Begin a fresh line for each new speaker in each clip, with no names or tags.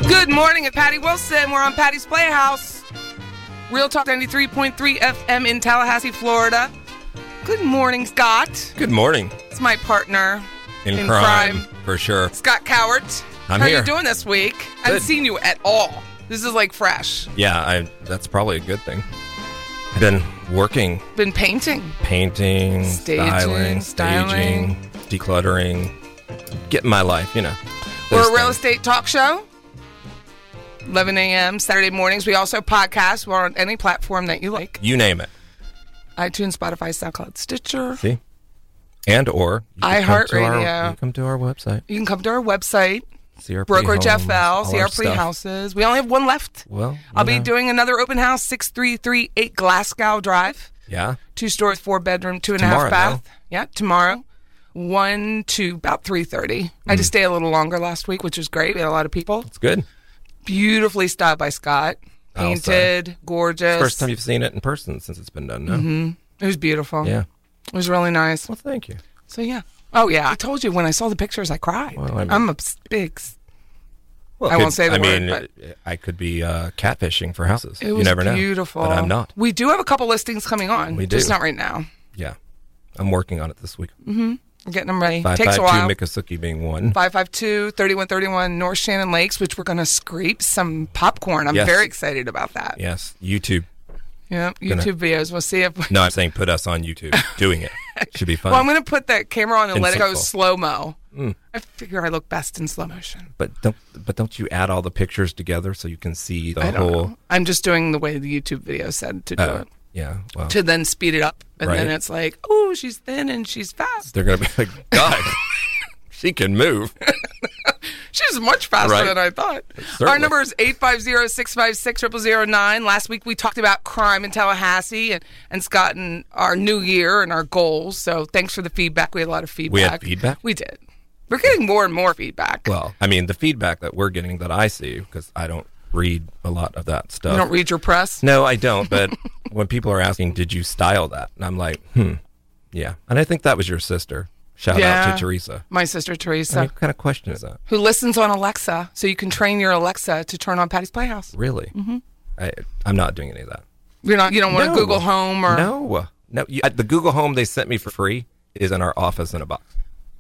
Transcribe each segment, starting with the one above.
Good morning, it's Patty Wilson. We're on Patty's Playhouse, Real Talk 93.3 FM in Tallahassee, Florida. Good morning, Scott.
Good morning.
It's my partner,
In,
In
crime,
crime.
for sure.
Scott Cowart.
I'm
How are
here.
you doing this week? I haven't
Good.
seen you at all. This is like fresh.
Yeah, I, that's probably a good thing. I've been working,
Been painting.
painting,
Staging,
styling,
styling.
staging, decluttering, getting my life. You know,
We're
those
a real
things.
estate talk show. 11 a.m. Saturday mornings. We also podcast. We're on any platform that you like:
You name it.
iTunes, Spotify, SoundCloud, Stitcher.
See, and or you can come to our-
iHeartRadio.
You come to our website.
You can come to our website,
See our
Brokerage
pre-homes,
FL,
all
see
our
our
stuff.
pre-houses. We only have one left.
Well,
I'll
you
be
know.
doing another open house, 6338 Glasgow Drive.
Yeah,
Two stories, four bedroom, two and a half
Tomorrow,
bath. Yeah, tomorrow. One to about 3.30. I had
Mm.
to stay a little longer last week, which was great. We had a lot of people.
it's good.
Beautifully styled by Scott.
I'll say.
Painted, gorgeous.
First time you've seen it in person since it's been done. No,
It was beautiful.
yeah.
It was really nice.
Well, thank you.
So, yeah. Oh, yeah. I told you when I saw the pictures, I cried.
Well, I mean-
I'm a s- big... s-
Well,
I won't say the
I
word,
mean, I could be uh, catfishing for houses.
It
you
was
never know.
beautiful.
But I'm not.
We do have a couple listings coming on.
We
Just
do.
not right now.
Yeah, I'm working on it this week.
We're getting them ready.
Five
Takes
five two
a while.
Miccosukee being one.
552 3131 North Shannon Lakes, which we're going to scrape some popcorn. I'm
Yes.
very excited about that. Yeah,
Yes, YouTube. Gonna-
YouTube videos. We'll see if.
No, uh, I'm saying put us on YouTube doing it. Should be fun.
Well, I'm going to put that camera on and,
And
let it go
simple.
slow mo.
Hmm.
I figure I look best in slow motion.
but don't but don't you add all the pictures together so you can see the
I don't
whole?
know. I'm just doing the way the YouTube video said to do
Oh,
it,
yeah. Well,
to then speed it up. And then
Right.
it's like, oh, she's thin and she's fast.
they're gonna be like, God, she can move.
She's much faster
Right.
than I thought. Our
Certainly.
number is 850-656-0009. Last week we talked about crime in Tallahassee and, and Scott and our new year and our goals. So thanks for the feedback. We had a lot of feedback.
had feedback?
We did. We're getting more and more feedback.
Well, I mean, the feedback that we're getting that I see because I don't read a lot of that stuff.
you don't read your press?
No, I don't. But when people are asking, "Did you style that?" and I'm like, "Hmm, yeah," and I think that was your sister. Shout out
Yeah.
to Teresa.
My sister Teresa,
I mean, what kind of question is that?
who listens on Alexa, so you can train your Alexa to turn on Patty's Playhouse.
Really? Mm-hmm. I, I'm not doing any of that.
You're not you don't want to
No.
Google Home or
no, No, you, at the Google Home they sent me for free is in our office in a box.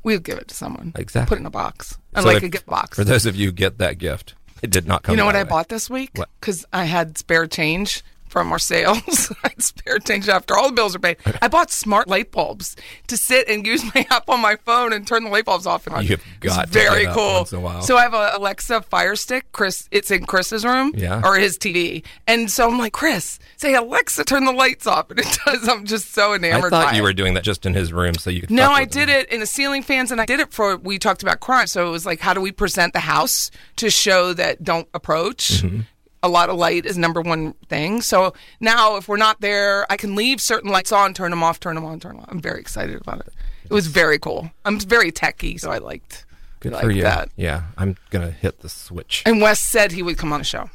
We'll give it to someone.
Exactly.
Put it in a box.
So
Unlike
if-
a gift box.
For those of you who get that gift, it did not come.
You know what
my
I
way.
bought this week?
What?
Because I had spare change from our sales. I had spare change after all the bills are paid. I bought smart light bulbs to sit and use my app on my phone and turn the light bulbs off and on.
You've
It's
got to
very
get up
cool.
once in a while.
So I have a Alexa Fire Stick. Chris, it's in Chris's room
Yeah.
or his TV, and so I'm like, Chris, say Alexa, turn the lights off, and it does. I'm just so
I
enamored.
thought
by it.
you were doing that just in his room, so you. Could
No,
fuck
I
with
did
him.
it in the ceiling fans, and I did it for we talked about crime. So it was like, how do we present the house to show that don't approach?
Mm-hmm.
A lot of light is number one thing. So now, if we're not there, I can leave certain lights on, turn them off, turn them on, turn them off. I'm very excited about it. It was very cool. I'm very techy, so I liked,
Good
I
for
liked
you.
that.
Yeah, I'm gonna hit the switch.
And Wes said he would come on the show.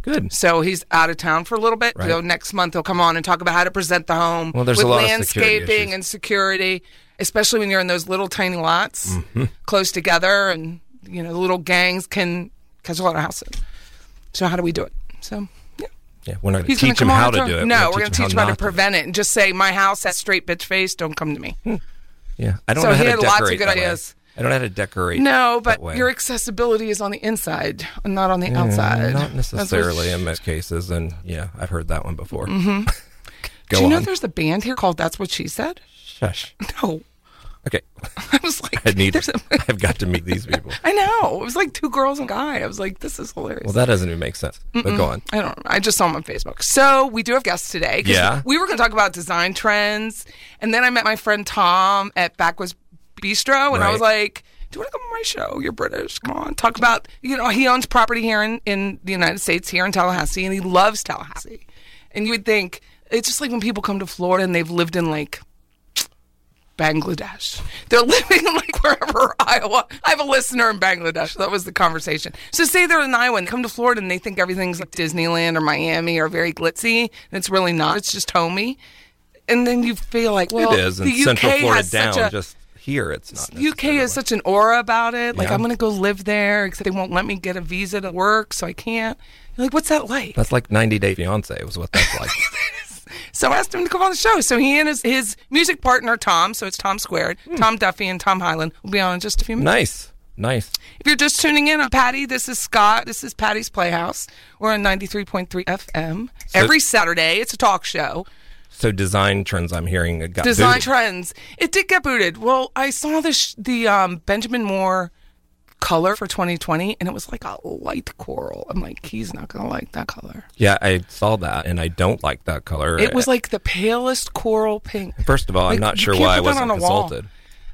Good.
So he's out of town for a little bit.
Right.
So next month he'll come on and talk about how to present the home
Well, there's
with
a lot of security
landscaping
issues.
and security, especially when you're in those little tiny lots
Mm-hmm.
close together and you know the little gangs can catch a lot of houses. So how do we do it? So yeah.
Yeah, we're not gonna
He's
teach him
gonna come on
how
and
to
talk-
do it.
No, we're gonna teach him how to
not do it.
prevent it and just say, My house has straight bitch face, don't come to me.
Hmm. Yeah, I don't
So
know
he
how to
had
decorate.
lots of good
that way.
ideas.
I don't know how to decorate.
No,
that
but
way.
your accessibility is on the inside, not on the outside.
Not
That's what-
necessarily in most cases, and yeah, I've heard that one before. Go
Mm-hmm. Do you know
on.
there's a band here called That's What She Said?
Shush.
No.
Okay,
I was like,
I need.
there's a-
I've got to meet these people.
I know. It was like two girls and a guy. I was like, this is hilarious.
Well, that doesn't even make sense. But go on.
I don't know. I just saw him on Facebook. So we do have guests today. 'cause
Yeah.
We were going to talk about design trends. And then I met my friend Tom at Backwoods Bistro. And I was
Right.
like, do you want to come on my show? You're British. Come on. Talk about, you know, he owns property here in, in the United States, here in Tallahassee, and he loves Tallahassee. And you would think, it's just like when people come to Florida and they've lived in like Bangladesh. They're living in like wherever Iowa. I have a listener in Bangladesh. That was the conversation. So say they're in Iowa and come to Florida and they think everything's like Disneyland or Miami or very glitzy, and it's really not. It's just homey. And then you feel like, well,
it is, and
the UK
Central Florida
has such
down.
a,
just here, it's not.
UK has such an aura about it. Like
Yeah.
I'm gonna go live there, except they won't let me get a visa to work, so I can't. You're like, what's that like?
That's like 90 Day Fiance was what that's like.
So I asked him to come on the show. So he and his, his music partner Tom, so it's Tom Squared,
Hmm.
Tom Duffy, and Tom Highland will be on in just a few minutes.
nice, nice.
If you're just tuning in, I'm Patty. This is Scott. This is Patty's Playhouse. We're on 93.3 FM every Saturday. It's a talk show.
So design trends, I'm hearing it got
Design
booted.
trends. It did get booted. Well, I saw this the um, Benjamin Moore color for 2020, and it was like a light coral. I'm like, he's not gonna like that color.
Yeah, I saw that, and I don't like that color.
It was like the palest coral pink.
First of all,
Like,
I'm not
you
sure
can't
why I
put that
wasn't
on a wall.
consulted.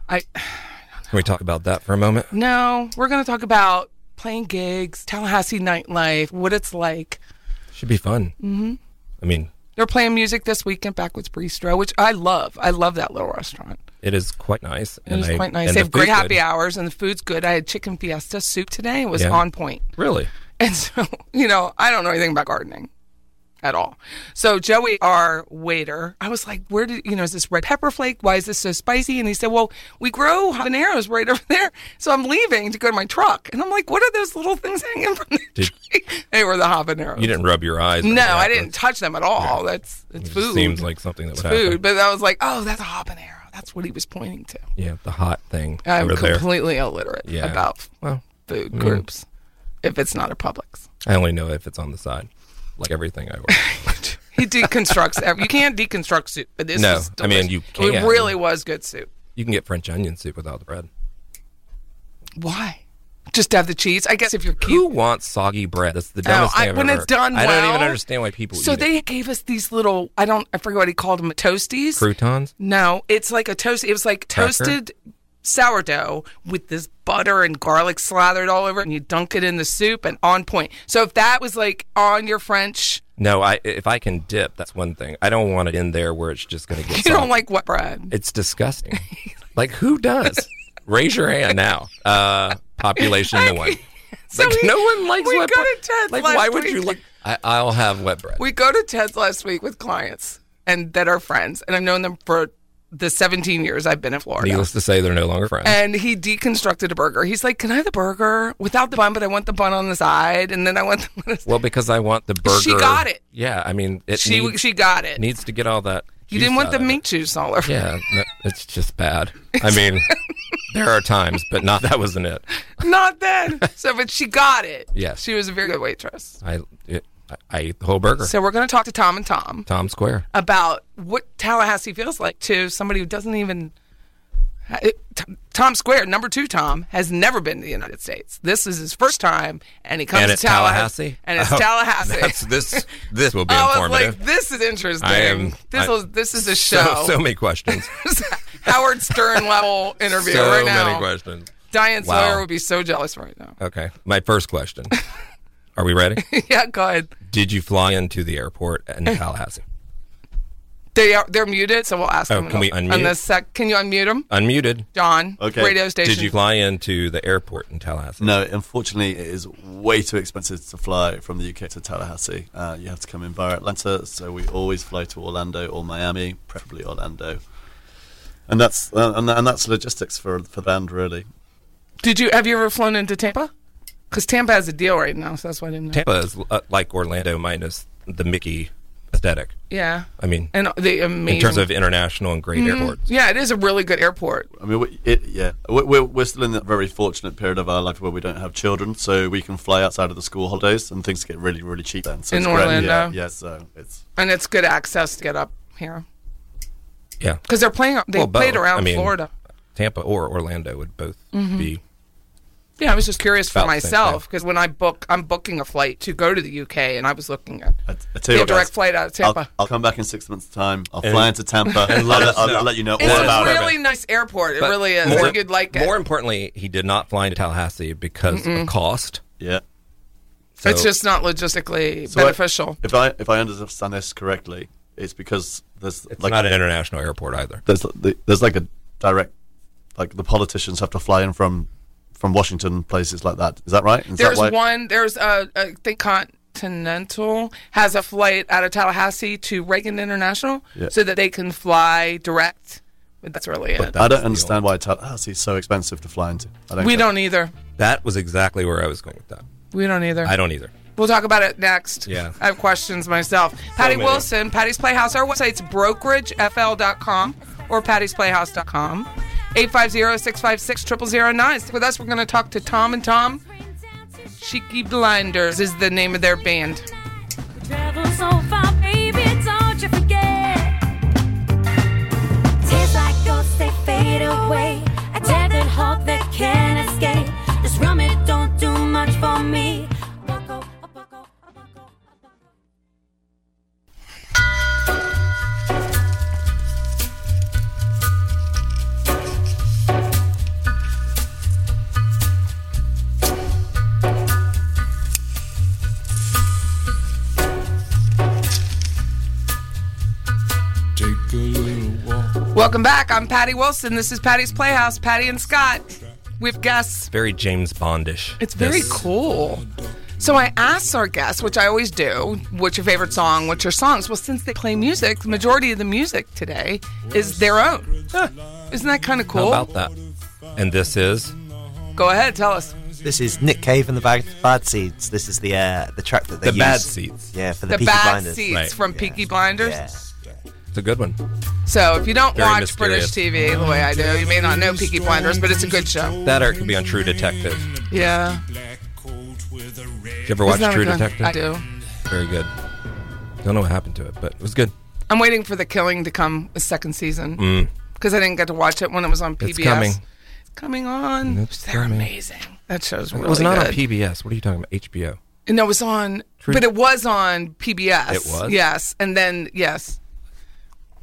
I
Can we talk about that for a moment?
no. We're gonna talk about playing gigs, Tallahassee nightlife, what it's like.
Should be fun. Mm-hmm. I mean,
They're playing music this weekend, Backwoods Bistro, which I love. I love that little restaurant.
it is quite nice.
It was
I-
quite nice.
and
They
the
have great
food's
happy
good.
hours, and the food's good. I had chicken fiesta soup today. It was
Yeah.
on point.
Really?
And so, you know, I don't know anything about gardening at all. So Joey, our waiter, I was like, where did, you know, is this red pepper flake? Why is this so spicy? And he said, well, we grow habaneros right over there. So I'm leaving to go to my truck. And I'm like, what are those little things hanging from the
Did-
tree? They were the habaneros.
You didn't rub your eyes? or
no,
anything
I
like that?
didn't touch them at all. That's, it's
It just
food.
Seems like something that would happen.
food. But I was like, oh, that's a habanero. That's what he was pointing to.
Yeah, the hot thing
I'm
over there.
completely illiterate
Yeah. Mm.
about
Well,
food groups if it's not a Publix.
I only know if it's on the side, like everything I wear.
He deconstructs. every, you can't deconstruct soup, but this
No,
is
I mean, you
It
can.
really was good soup.
you can get French onion soup without the bread.
Why? Just to have the cheese? I guess if you're
Who
cute.
wants soggy bread? That's the dumbest
Oh, I-
thing I've
when
ever
it's done
heard. I don't even
well-
understand why people
So
eat it.
they gave us these little. I don't. I forget what he called them. Toasties.
croutons.
No, it's like a toast. It was like
Cracker?
toasted sourdough with this butter and garlic slathered all over it, and you dunk it in the soup and on point. So if that was like on your French,
No, I if I can dip, that's one thing. I don't want it in there where it's just going to get.
you
soggy.
don't like what bread?
It's disgusting. like who does? Raise your hand now. Uh, population no one.
So
Like,
we-
no one likes
we
wet
go
bread.
to Ted's
like
last
why would
week.
you like? I, I'll have wet bread.
We go to Ted's last week with clients and that are friends, and I've known them for the 17 years I've been in Florida.
Needless to say, they're no longer friends.
And he deconstructed a burger. He's like, "Can I have the burger without the bun? But I want the bun on the side, and then I want the."
well, because I want the burger.
got it.
Yeah, I mean, it
she
needs,
she got it.
needs to get all that
You didn't want
out
the
of it.
meat juice all over.
Yeah, no, it's just bad. I mean, there are times, but not that wasn't it.
Not then. So, but she got it.
Yes.
She was a very good waitress.
I it, I- I ate the whole burger.
So we're going to talk to Tom and Tom
Tom Square.
about what Tallahassee feels like to somebody who doesn't even. it- T- Tom Square, number two Tom, has never been to the United States. This is his first time, and he comes
And
to
it's Tallahassee.
And it's
Oh,
Tallahassee.
That's this. This will be
I was
informative.
like, this is interesting.
I am-
this,
I-
is- this is a
so,
show.
so many questions.
Howard Stern level interview
so
right now.
many questions.
Diane
Wow.
Sawyer would be so jealous right now.
Okay, my first question. Are we ready?
yeah, go ahead.
Did you fly into the airport in Tallahassee?
They are they're muted, so we'll ask
Oh,
them.
can we
on
unmute?
the sec. Can you unmute them,
Unmuted.
John?
Okay.
Radio station.
Did you fly into the airport in Tallahassee?
No, unfortunately, it is way too expensive to fly from the UK to Tallahassee. Uh, you have to come in via Atlanta, so we always fly to Orlando or Miami, preferably Orlando. And that's uh, and, and that's logistics for for the band really.
Did you have you ever flown into Tampa? Because Tampa has a deal right now, so that's why I didn't. know.
Tampa is uh, like Orlando minus the Mickey aesthetic.
yeah,
I mean,
and the amazing. Mm-hmm.
in terms of international and great airports.
yeah, it is a really good airport.
I mean, we, it, yeah, we're, we're we're still in that very fortunate period of our life where we don't have children, so we can fly outside of the school holidays, and things get really really cheap then. So
In
it's great. yeah,
Orlando?
yeah, so it's
and it's good access to get up here
Yeah.
because they're playing. They
Well, both.
played around
I mean,
Florida.
Tampa or Orlando would both
Mm-hmm.
be.
Yeah, I was just curious for
About the same
myself
thing.
because when I book, I'm booking a flight to go to the UK, and I was looking at
I, I tell
They
you
have
what,
direct
guys,
flight out of
I'll-
Tampa.
I'll, come back in six months' time. I'll fly into Tampa and
Eh. let
I'll,
us
I'll,
know.
let you know all
It's
about
a
it.
really nice airport. It
But
really is. I
More,
think you'd like it.
more importantly, he did not fly into Tallahassee because of cost.
Yeah.
So
it's just not logistically
So I-
beneficial.
if I if I understand this correctly, it's because there's
it's
like
not an international airport either.
there's the- there's like a direct like the politicians have to fly in from from Washington places like that. Is that right? Is
there's
that why-
one. There's a, I think Continental has a flight out of Tallahassee to Reagan International,
Yeah.
so that they can fly direct. But that's really it.
I
That's
don't
the
understand why Tallahassee is so expensive to fly into. I don't
we
get
don't either.
That was exactly where I was going with that.
We don't either.
I don't either.
We'll talk about it next.
Yeah.
I have questions myself. Patty
many.
Wilson, Patty's Playhouse. Our website's brokeragefl.com or pattysplayhouse.com. 850-656-0009. Stick with us. We're going to talk to Tom and Tom. Cheeky Blinders is the name of their band.
Travel so far, baby, don't you forget. Tears like ghosts, they fade away. A tethered hope that can't escape. This rum, it don't do much for me. Buckle, a buckle, a buckle, a buckle.
Welcome back. I'm Patty Wilson. This is Patty's Playhouse. Patty and Scott with guests.
Very James Bondish.
It's very
This-
cool. So I asked our guests, which I always do, what's your favorite song? What's your songs? Well, since they play music, the majority of the music today is their own.
Huh,
Isn't that kind of
How
cool?
about that? And this is
Go ahead, tell us.
This is Nick Cave and the Bad, bad Seeds. This is the uh, the track that they
the
use.
bad seats.
Yeah, for the,
The
Peaky
Bad
Blinders.
Seats
Right.
from
Yeah.
Peaky Blinders.
Yeah.
It's a good one.
So if you don't
Very
watch
mysterious.
British TV the way I do, you may not know Peaky Blinders, but it's a good show.
That or it could be on True Detective. Did
Yeah.
you ever watch
Isn't that a
True
good-
Detective?
I do.
Very good. Don't know what happened to it, but it was good.
I'm waiting for The Killing to come a second season because I didn't get to watch it when it was on PBS.
Mm. It's coming.
It's coming on.
It's
They're
coming.
amazing. That show's really
it was not
good.
on PBS. What are you talking about? HBO.
No, it was on,
True-
but it was on PBS.
It was?
yes, and then yes,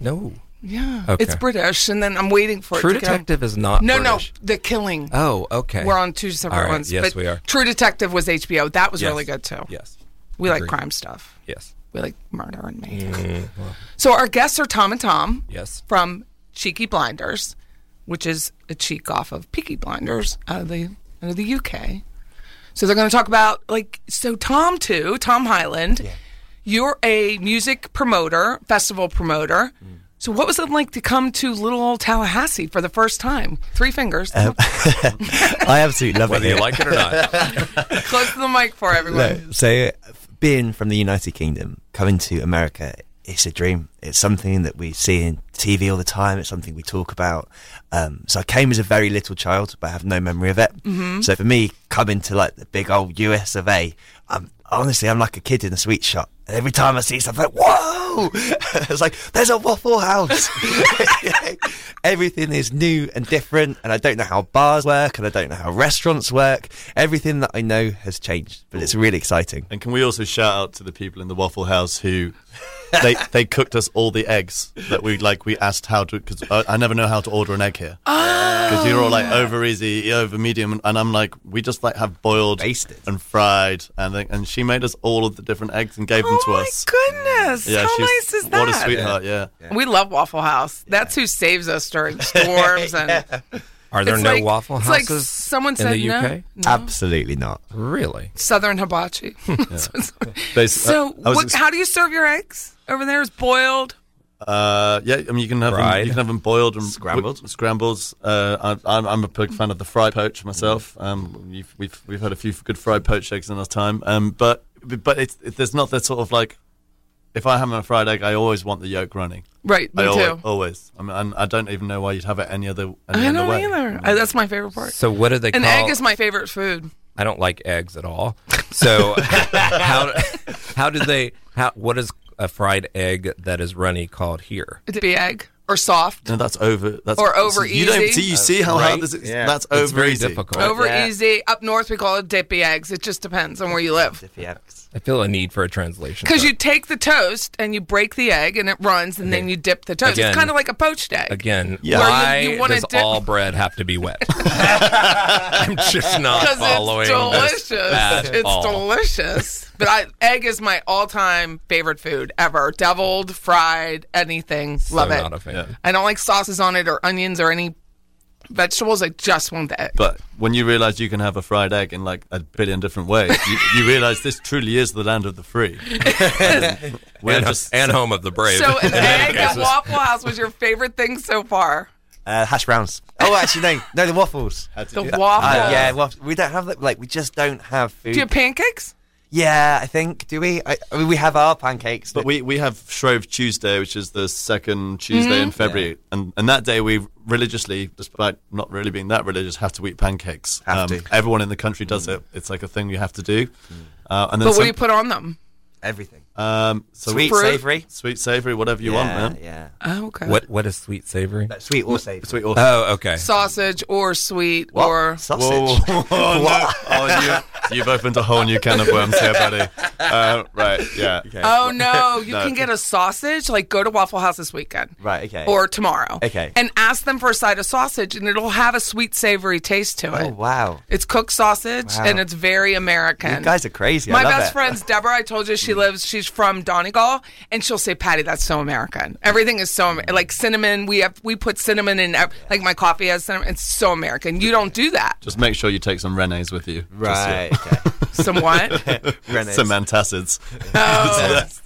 No.
yeah,
Okay.
it's British, and then I'm waiting for
True
it. to come.
Detective is not
No,
British.
no, The Killing.
Oh, okay.
We're on two separate
All right,
ones.
yes,
but
we are.
True Detective was HBO. That was
Yes.
really good too.
Yes.
we like
Agreed. Mm.
crime stuff.
Yes.
We like murder and mayhem. So our guests are Tom and Tom.
Yes.
From Cheeky Blinders, which is a cheek off of Peaky Blinders out of the out of the UK. So they're going to talk about like so Tom too, Tom Highland. You're a music promoter, festival promoter. So what was it like to come to little old Tallahassee for the first time? Three fingers.
I absolutely love it.
Whether
here.
you like it or not.
Close to the mic for everyone.
No, so being from the United Kingdom, coming to America, it's a dream. It's something that we see in TV all the time. It's something we talk about. Um, so I came as a very little child, but I have no memory of it.
Mm-hmm.
So for me, coming to like the big old US of A, I'm honestly I'm like a kid in a sweet shop. And every time I see something, I'm like, whoa! it's like there's a Waffle House. Everything is new and different, and I don't know how bars work, and I don't know how restaurants work. Everything that I know has changed, but it's really exciting.
And can we also shout out to the people in the Waffle House who they they cooked us all the eggs that we like. We asked how to because I, I never know how to order an egg here
Ah.
because you're all like over easy, over medium, and I'm like we just like have boiled,
Basted.
and fried, and then- and she made us all of the different eggs and gave them
Oh
to
my
us.
goodness! How
she's-
nice is that?
What a sweetheart! Yeah.
We love Waffle House. That's who saves us during storms. And
Are there
It's
no
like-
waffle
it's like
houses
someone
in
said
the
no.
UK?
Absolutely not.
Really?
Southern hibachi. So it's-
They-
so,
I was
what,
ex-
how do you serve your eggs over there? Is boiled?
Uh, yeah, I mean you can have them,
Fried.
you can have them boiled and
Scrambled.
w- scrambles. Uh, I, I'm, I'm a big fan of the fried poach myself. Um, we've we've we've had a few good fried poached eggs in our time. Um, but but it's it, there's not that sort of like. If I have a fried egg, I always want the yolk running.
Right, me
I Oh, always,
too.
always. I mean, and I don't even know why you'd have it any other. Any
I
other
don't
way.
either. I, that's my favorite part.
So what do they
An
call?
egg is my favorite food.
I don't like eggs at all. So how how do they? How what is a fried egg that is runny called here?
It'd be egg or soft.
No, that's over. That's
Or over
You don't
easy.
see. You see how hard
right?
this is.
Yeah.
That's
It's
over
very
easy.
difficult.
Over
Yeah.
easy. Up north, we call it dippy eggs. It just depends on where you live.
I feel a need for a translation.
Because
but
you take the toast and you break the egg and it runs and then you dip the toast.
Again.
it's kind of like a poached egg.
again,
Yeah. Where you-
why
you wanna
does
dip-
all bread have to be wet? I'm just not
Because
following
it's delicious.
this at
It's
all.
delicious. But I, egg is my all-time favorite food ever. Deviled, fried, anything.
So
Love it.
Not a fan.
Yeah.
I don't like sauces on it or onions or any vegetables. I just want the egg.
But when you realize you can have a fried egg in like a billion different ways, you, you realize this truly is the land of the free. And we're
And,
just
and home of the brave.
so an
In any
egg at
cases.
Waffle House was your favorite thing so far.
Uh, hash browns. Oh, actually, no, no, the waffles.
The waffle.
Uh, yeah, waff we don't have that. Like, we just don't have food.
Do you have pancakes?
yeah, I think. Do we? I, I mean, we have our pancakes,
But we, we have Shrove Tuesday, which is the second Tuesday in February, and and that day we religiously, despite not really being that religious, have to eat pancakes. Um,
Have to.
Everyone in the country does it. It's like a thing you have to do. Uh, and
But
then
what
some-
do you put on them?
everything.
um, so
Sweet,
Fruit.
savoury.
sweet, savory, whatever you
yeah,
want, man.
Yeah.
Oh, okay.
What what is sweet savory?
Sweet or savoury.
Sweet or
Oh, okay.
Sausage or sweet or
sausage.
Whoa, whoa, whoa, no. Oh, you, you've opened a whole new can of worms here, buddy. Uh, right, yeah.
Oh no, you
No.
can get a sausage. Like go to Waffle House this weekend.
Right, okay.
Or tomorrow.
Okay.
And ask them for a side of sausage and it'll have a sweet savory taste to it.
Oh wow,
It's cooked sausage
Wow.
and it's very
you
American.
guys are crazy.
My
I love
best
it. Mm.
friend's Deborah. I told you she lives. She's from Donegal, and she'll say, "Patty, that's so American. Everything is so Amer- like cinnamon. We have we put cinnamon in. ev- Like my coffee has cinnamon. It's so American. You don't do that.
Just make sure you take some Renes with you. Just, yeah.
Right. Okay.
Somewhat. Oh,
Renes.
Some antacids.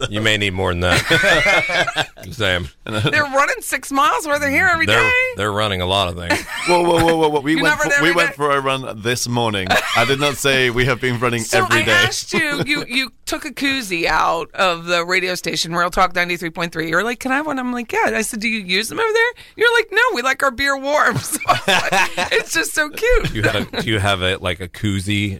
You may need more than that. Sam,
they're running six miles where they're here every
they're
day.
they're running a lot of things.
Whoa, whoa, whoa, whoa, whoa. We,
You're
went
never
for,
there
we
every
went
day.
for a run this morning. I did not say we have been running
So
every
I
day.
asked you, you you took a koozie out of the radio station, Real Talk ninety three point three. You're like, can I have one? I'm like, yeah. I said, do you use them over there? You're like, no, we like our beer warm. So I was like, it's just so
Do
cute.
you have do you have a like a koozie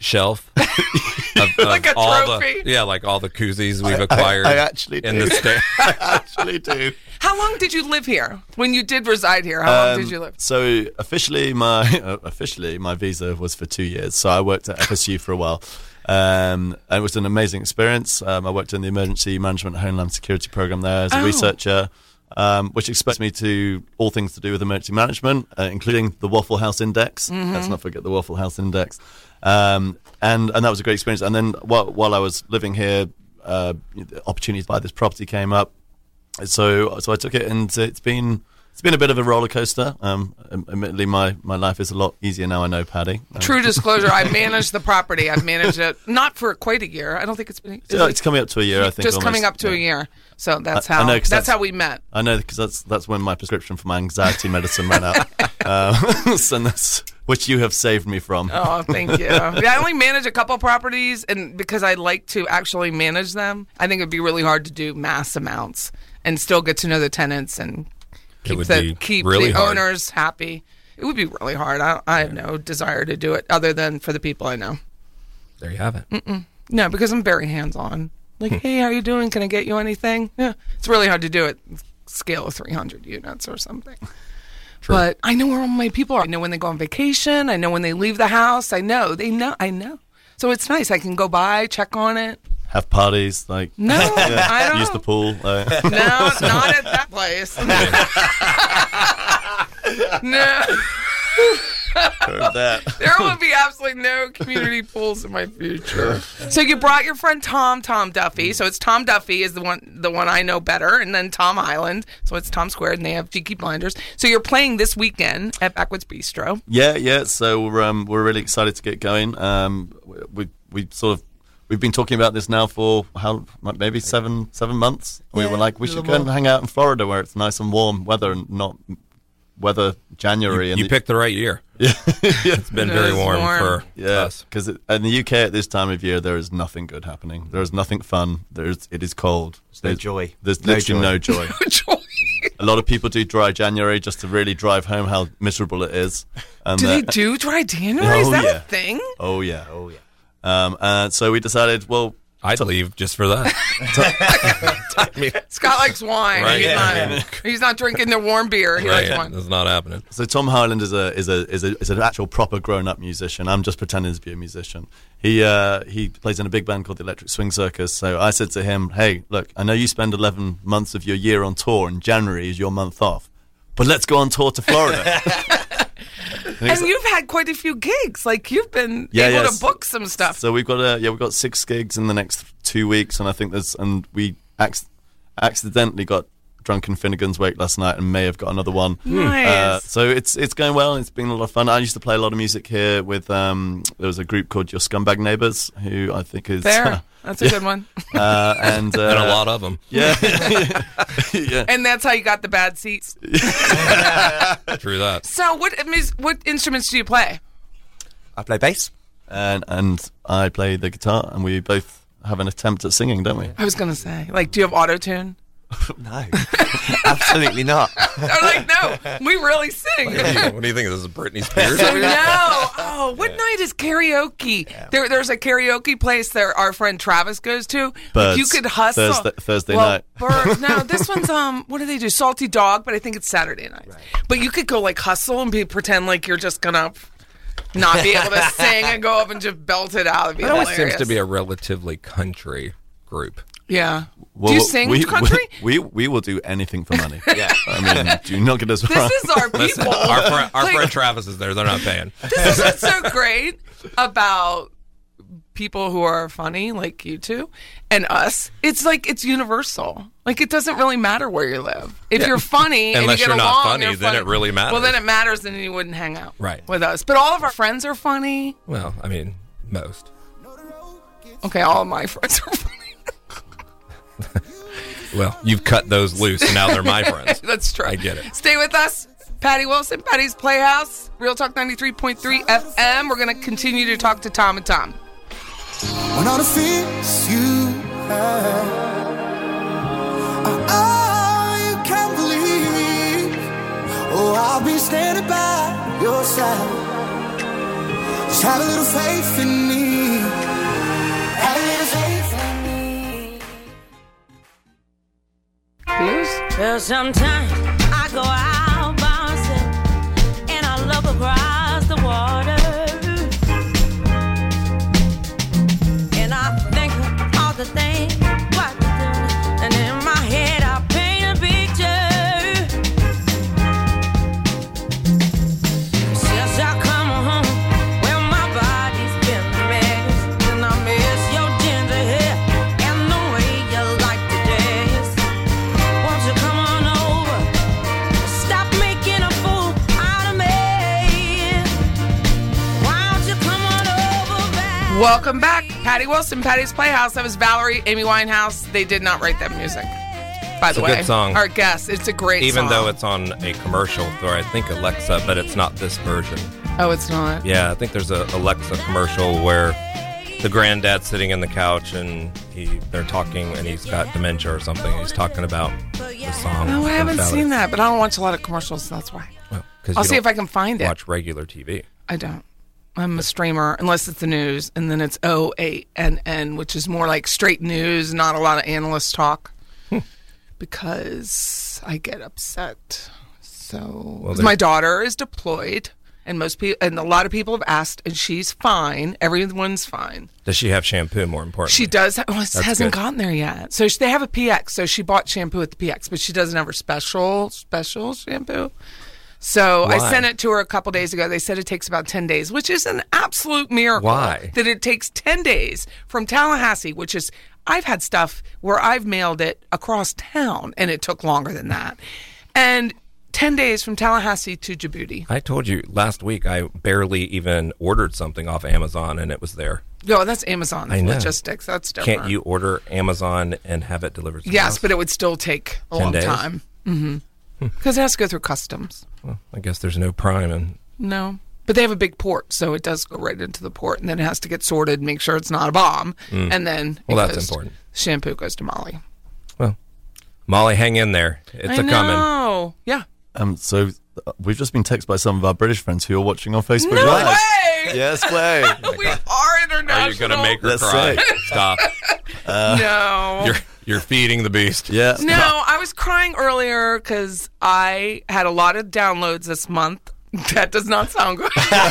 shelf? Of,
Like
of
a
all
trophy?
The, yeah, like all the koozies we've acquired.
I actually
in
do.
the state.
I actually do.
How long did you live here? When you did reside here, how long
Um,
did you live?
So officially, my uh, officially my visa was for two years. So I worked at FSU for a while. Um, and it was an amazing experience. Um, I worked in the Emergency Management Homeland Security Program there as a
Oh.
researcher, um, which exposed me to all things to do with emergency management, uh, including the Waffle House Index.
Mm-hmm.
Let's not forget the Waffle House Index. Um, and and that was a great experience. And then while while I was living here, uh, the opportunity to buy this property came up so so I took it, and uh, it's been it's been a bit of a roller coaster. Um, admittedly, my, my life is a lot easier now. I know Paddy. Um,
True disclosure, I managed the property. I've managed it not for quite a year. I don't think it's been is
so
it
it's coming up to a year, I think.
just coming
almost.
up to a
Yeah.
year. So that's
I- I
how
know, 'cause
that's,
that's-
how we met.
I know because that's that's when my prescription for my anxiety medicine ran out. Um, so that's which you have saved me from.
Oh, thank you. Yeah, I only manage a couple properties, and because I like to actually manage them, I think it'd be really hard to do mass amounts and still get to know the tenants and keep
would
the
be
keep
really
the
hard.
owners happy. It would be really hard. I, I have no desire to do it other than for the people I know.
There you have it.
No, because I'm very hands on. Like, hey, how you doing? Can I get you anything? Yeah, it's really hard to do it. Scale of 300 units or something. But I know where all my people are. I know when they go on vacation. I know when they leave the house. I know they know. I know. So it's nice. I can go by, check on it.
Have parties, like
No, I don't.
use the pool. like-
No, not at that place. no,
Heard that.
there will be absolutely no community pools in my future. So you brought your friend Tom, Tom Duffy. So it's Tom Duffy is the one, the one I know better, and then Tom Island. So it's Tom Squared, and they have Cheeky Blinders. So you're playing this weekend at Backwoods Bistro.
Yeah, yeah. So we're um, we're really excited to get going. Um, we we sort of we've been talking about this now for how like maybe seven seven months. we were like we should go and hang out in Florida where it's nice and warm weather and not weather January. and
You
the-
picked the right year. Yeah. it's been
It
very
is
warm,
warm.
for
Yeah,
us.
because in the UK at this time of year, there is nothing good happening. There is nothing fun. There's it is cold. There's
no joy.
There's
No
literally no joy.
Joy.
a lot of people do dry January just to really drive home how miserable it is. And
Do
uh,
they do dry January? Is
Oh,
that a
yeah.
thing?
oh yeah, oh yeah. Um, and so we decided, well,
I'd leave just for that. I mean,
Scott likes wine.
Right,
He's,
yeah,
not, he's not drinking the warm beer. He likes
right,
wine.
that's not happening.
So Tom Highland is a is a is a is an actual proper grown up musician. I'm just pretending to be a musician. He uh, he plays in a big band called the Electric Swing Circus. So I said to him, "Hey, look, I know you spend 11 months of your year on tour, and January is your month off, but let's go on tour to Florida."
And you've had quite a few gigs. Like you've been
Yeah,
able
yeah,
to
s-
book some stuff.
so we've got a yeah we've got six gigs in the next two weeks, and I think there's and we acc- accidentally got drunk in Finnegan's Wake last night, and may have got another one.
Hmm. nice.
Uh, so it's it's going well. It's been a lot of fun. I used to play a lot of music here with um, there was a group called Your Scumbag Neighbors, who I think is
Fair. That's a good one.
uh, and, uh,
And a lot of them.
Yeah, yeah.
And that's how you got the bad seats.
True that.
So what mus- what instruments do you play?
I play bass.
And and I play the guitar, and we both have an attempt at singing, don't we?
I was gonna say, like, do you have auto tune?
No, absolutely not.
I'm like, no, we really sing.
What do you, what do you think? This is Britney Spears?
So no. Oh, what night is karaoke? There, there's a karaoke place there. Our friend Travis goes to. Like, you
Birds.
could hustle
Thursday- Thursday
well,
night.
Birds. No, this one's um. What do they do? Salty Dog, but I think it's Saturday night. But you could go like hustle and be pretend like you're just gonna not be able to sing and go up and just belt it out. It'd be
It always
hilarious.
seems to be a relatively country group.
yeah.
Well,
do you sing
we,
country?
We, we we will do anything for money. yeah,
Um,
I mean, do not get us wrong.
this is our
Listen,
people.
our, fri- our
Like-
friend Travis is there. They're not paying.
this is what's so great about people who are funny like you two and us it's like it's universal like it doesn't really matter where you live if you're funny and
Unless
you get
you're not
along,
funny,
you're
then it really matters.
well then it matters and you wouldn't hang out
Right.
with us but all of our friends are funny
Well, I mean, most.
okay all of my friends are funny
Well, you've cut those loose, and now they're my friends.
that's true
I get it.
stay with us patty wilson patty's playhouse real talk 93.3 fm we're going to continue to talk to tom and tom
When all the fears you had are all uh, you can believe, oh, I'll be standing by your side. Just have a little faith in me. Have a little faith in me.
Here's-
Well, sometimes I go out bouncing and I look across the water and I think of all the things what to do, and in my head I paint a picture. Since I come home, well my body's been a mess, and I miss your ginger hair and the way you like to dress. Won't you come on over? Stop making a fool out of me. Why don't you come on over back?
Welcome back, Patty Wilson, Patty's Playhouse. That was Valerie, Amy Winehouse. They did not write that music, by the
a
way.
good song.
Our guest, it's a great song.
Even though it's on a commercial for, I think, Alexa, but it's not this version.
Oh, it's not.
Yeah, I think there's a Alexa commercial where the granddad's sitting in the couch and he they're talking and he's got dementia or something. He's talking about the song.
No, I haven't seen that, but I don't watch a lot of commercials. so That's why. I'll see if I can find it.
Watch regular TV.
I don't. I'm a streamer unless it's the news, and then it's O A N N, which is more like straight news, not a lot of analyst talk, because I get upset. So 'cause
there-
my daughter is deployed, and most people and a lot of people have asked, and she's fine. Everyone's fine.
Does she have shampoo? More importantly,
She does. Oh, it hasn't
good.
gotten there yet. So she, they have a PX. So she bought shampoo at the PX, but she doesn't have her special special shampoo. So
Why?
I sent it to her a couple days ago. They said it takes about ten days, which is an absolute miracle.
Why?
that it takes ten days from Tallahassee, which is I've had stuff where I've mailed it across town, and it took longer than that, and ten days from Tallahassee to Djibouti.
I told you last week I barely even ordered something off Amazon and it was there.
Yo, that's Amazon
I know.
logistics. That's different.
Can't you order Amazon and have it delivered? To your
Yes,
house?
but it would still take a
10
long
days? Hmm.
time. Mm-hmm. Because it has to go through customs.
Well, I guess there's no prime and
No. But they have a big port, so it does go right into the port, and then it has to get sorted, make sure it's not a bomb, and then it
Hmm. Well, that's
goes-
important.
Shampoo goes to Molly.
well, Molly, hang in there. It's
I
a coming.
know. Yeah.
Um, so uh, we've just been texted by some of our British friends who are watching on Facebook
No
Live.
way!
Yes, play.
We are international.
Are you gonna make her
Let's
cry?
say.
Stop.
No.
You're you're feeding the beast.
yeah.
No, I was crying earlier because I had a lot of downloads this month. That does not sound good.
Yet,
On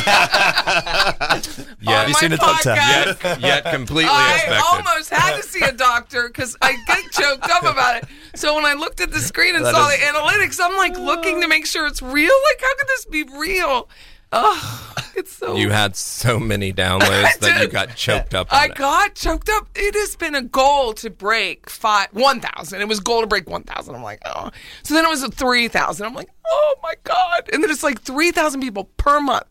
Oh my podcast.
Yet, yet completely
I
expected.
almost had to see a doctor because I get choked up about it. So when I looked at the screen and
That
saw
is-
the analytics, I'm like looking to make sure it's real. Like, how could this be real? Oh, it's so.
you had so many downloads that you
did.
got choked up. On
I
it.
got choked up. It has been a goal to break five one thousand. It was goal to break one thousand. I'm like, oh. So then it was three thousand. I'm like, oh my god. And then it's like three thousand people per month.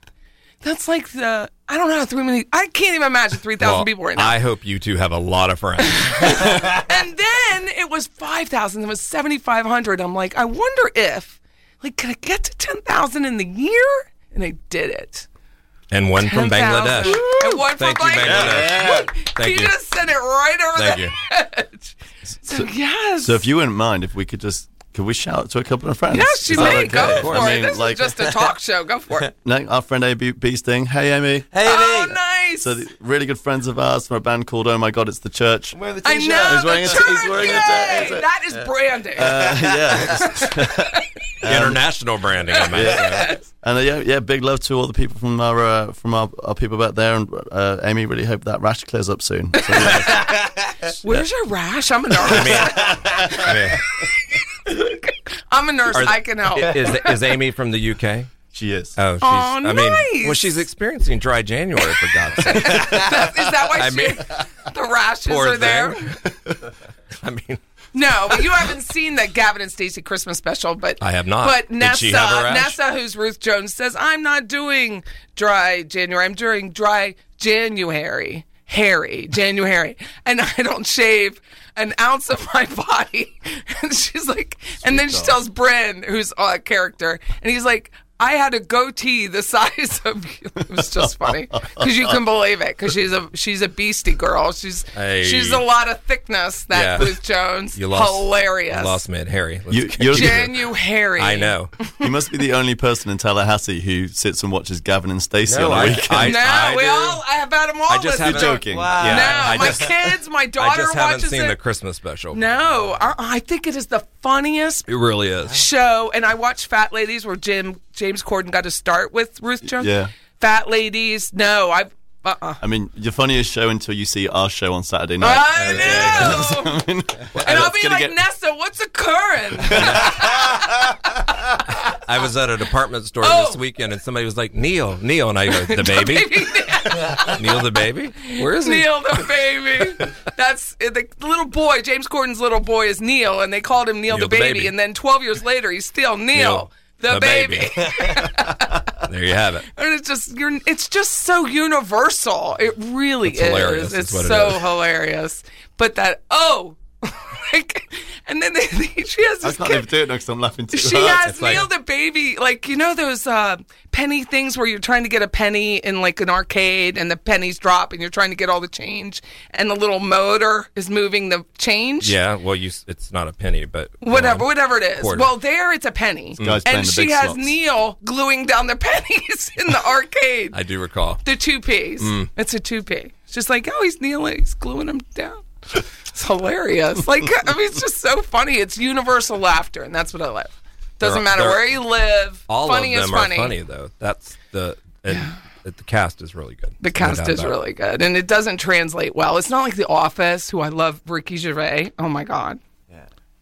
That's like the I don't know how three many. I can't even imagine three thousand
Well,
people right now.
I hope you two have a lot of friends.
And then it was 5,000. It was 7,500. I'm like, I wonder if, like, can I get to 10,000 in the year? And I did it.
and one from
10,000.
Bangladesh.
And one
Thank
from
you, Bangladesh.
Bangladesh.
Thank
you,
you.
just sent it right over
Thank
the
you.
edge. So, yes.
So if you wouldn't mind, if we could just, could we shout out to a couple of friends?
Yes, you
Is that
may.
okay?
Go for
I
it.
mean,
This
like,
is just a talk show. Go for it.
no, our friend AB Beasting. Hey, Amy.
Hey,
Oh,
mate.
nice.
So the- really good friends of ours from a band called Oh My God, It's the Church.
Wear the
I
t-shirt.
know.
He's wearing
the
a t- he's
turkey.
wearing a t- he's a-
That is branding.
Uh, yeah.
Um, International branding, I might say.
And uh, yeah, yeah, big love to all the people from our uh, from our, our people back there. And uh, Amy, really hope that rash clears up soon. So, yeah.
Where's your rash? I'm a nurse. I
I mean,
am a nurse.
Are-
I can help.
is is Amy from the UK?
she is.
Oh, she's,
Aw,
I mean,
nice.
well, she's experiencing dry January for God's sake.
Is that why
I
she,
mean-
the rashes
Poor
are there?
thing. I mean,
No, but you haven't seen the Gavin and Stacey Christmas special, but
I have not.
But
Did
Nessa,
she have a rash?
Nessa, who's Ruth Jones, says I'm not doing dry January. I'm doing dry January, hairy January, and I don't shave an ounce of my body. And she's like, and then she tells Bryn, who's a character, and he's like. I had a goatee the size of you. It was just funny because you can believe it because she's a she's a beastie girl. She's
Hey.
she's a lot of thickness that
Yeah.
Ruth Jones.
you lost.
Hilarious.
You lost me at Harry. Let's
You-
get-
you're-
January.
I know.
you must be the only person in Tallahassee who sits and watches Gavin and Stacey
No,
on
I-
the weekend.
I-
No, we
do.
all. I have had them all.
I just
listening.
haven't.
joking.
Wow.
Yeah,
No,
I
my
just,
kids, my daughter
I just haven't
watches
seen
it.
the Christmas special.
no, I, I think it is the funniest
it really is.
show. And I watched Fat Ladies, where Jim James Corden got to start with Ruth Jones.
Yeah.
Fat Ladies. No, I. Uh. uh
I mean, your funniest show until you see our show on Saturday night.
I know.
I mean,
and I'll
that's
be
gonna
like
get-
Nessa. What's occurring?
I was at a department store
Oh.
this weekend, and somebody was like, "Neil, Neil," and I go, "The baby, Neil, the baby. Where is he?"
Neil the baby. That's eh, the little boy. James Corden's little boy is Neil, and they called him Neil, the, baby. And then 12 years later, he's still Neil, the, baby.
there you have it.
and it's just you're, it's just so universal. It really
It's
is.
hilarious, is
It's
what it
so
is.
hilarious. But that oh, like, and then they, they- she has
I
this.
can't
kid-
even do it now because I'm laughing too
she
hard.
has
It's like-
nailed a baby. Like you know those uh, penny things where you're trying to get a penny in like an arcade, and the pennies drop, and you're trying to get all the change, and the little motor is moving the change.
Yeah, well, you, s- it's not a penny, but go
Whatever,
on.
whatever it is.
Quarter.
Well, there it's a penny,
Uh-huh. guy's playing
and
the
she
big
has
slots.
Neil gluing down the pennies in the arcade.
I do recall.
the two P's.
Mm.
It's a two P. It's just like, oh, he's kneeling, he's gluing him down. It's hilarious. Like, I mean, it's just so funny. It's universal laughter, and that's what I love. Doesn't
They're-
matter
they're-
where you live.
All
funny
of them
is funny.
are funny though. That's the and it- the cast is really good.
The
No
cast
doubt
is
about it.
really good, and it doesn't translate well. It's not like The Office, who I love, Ricky Gervais. Oh my God.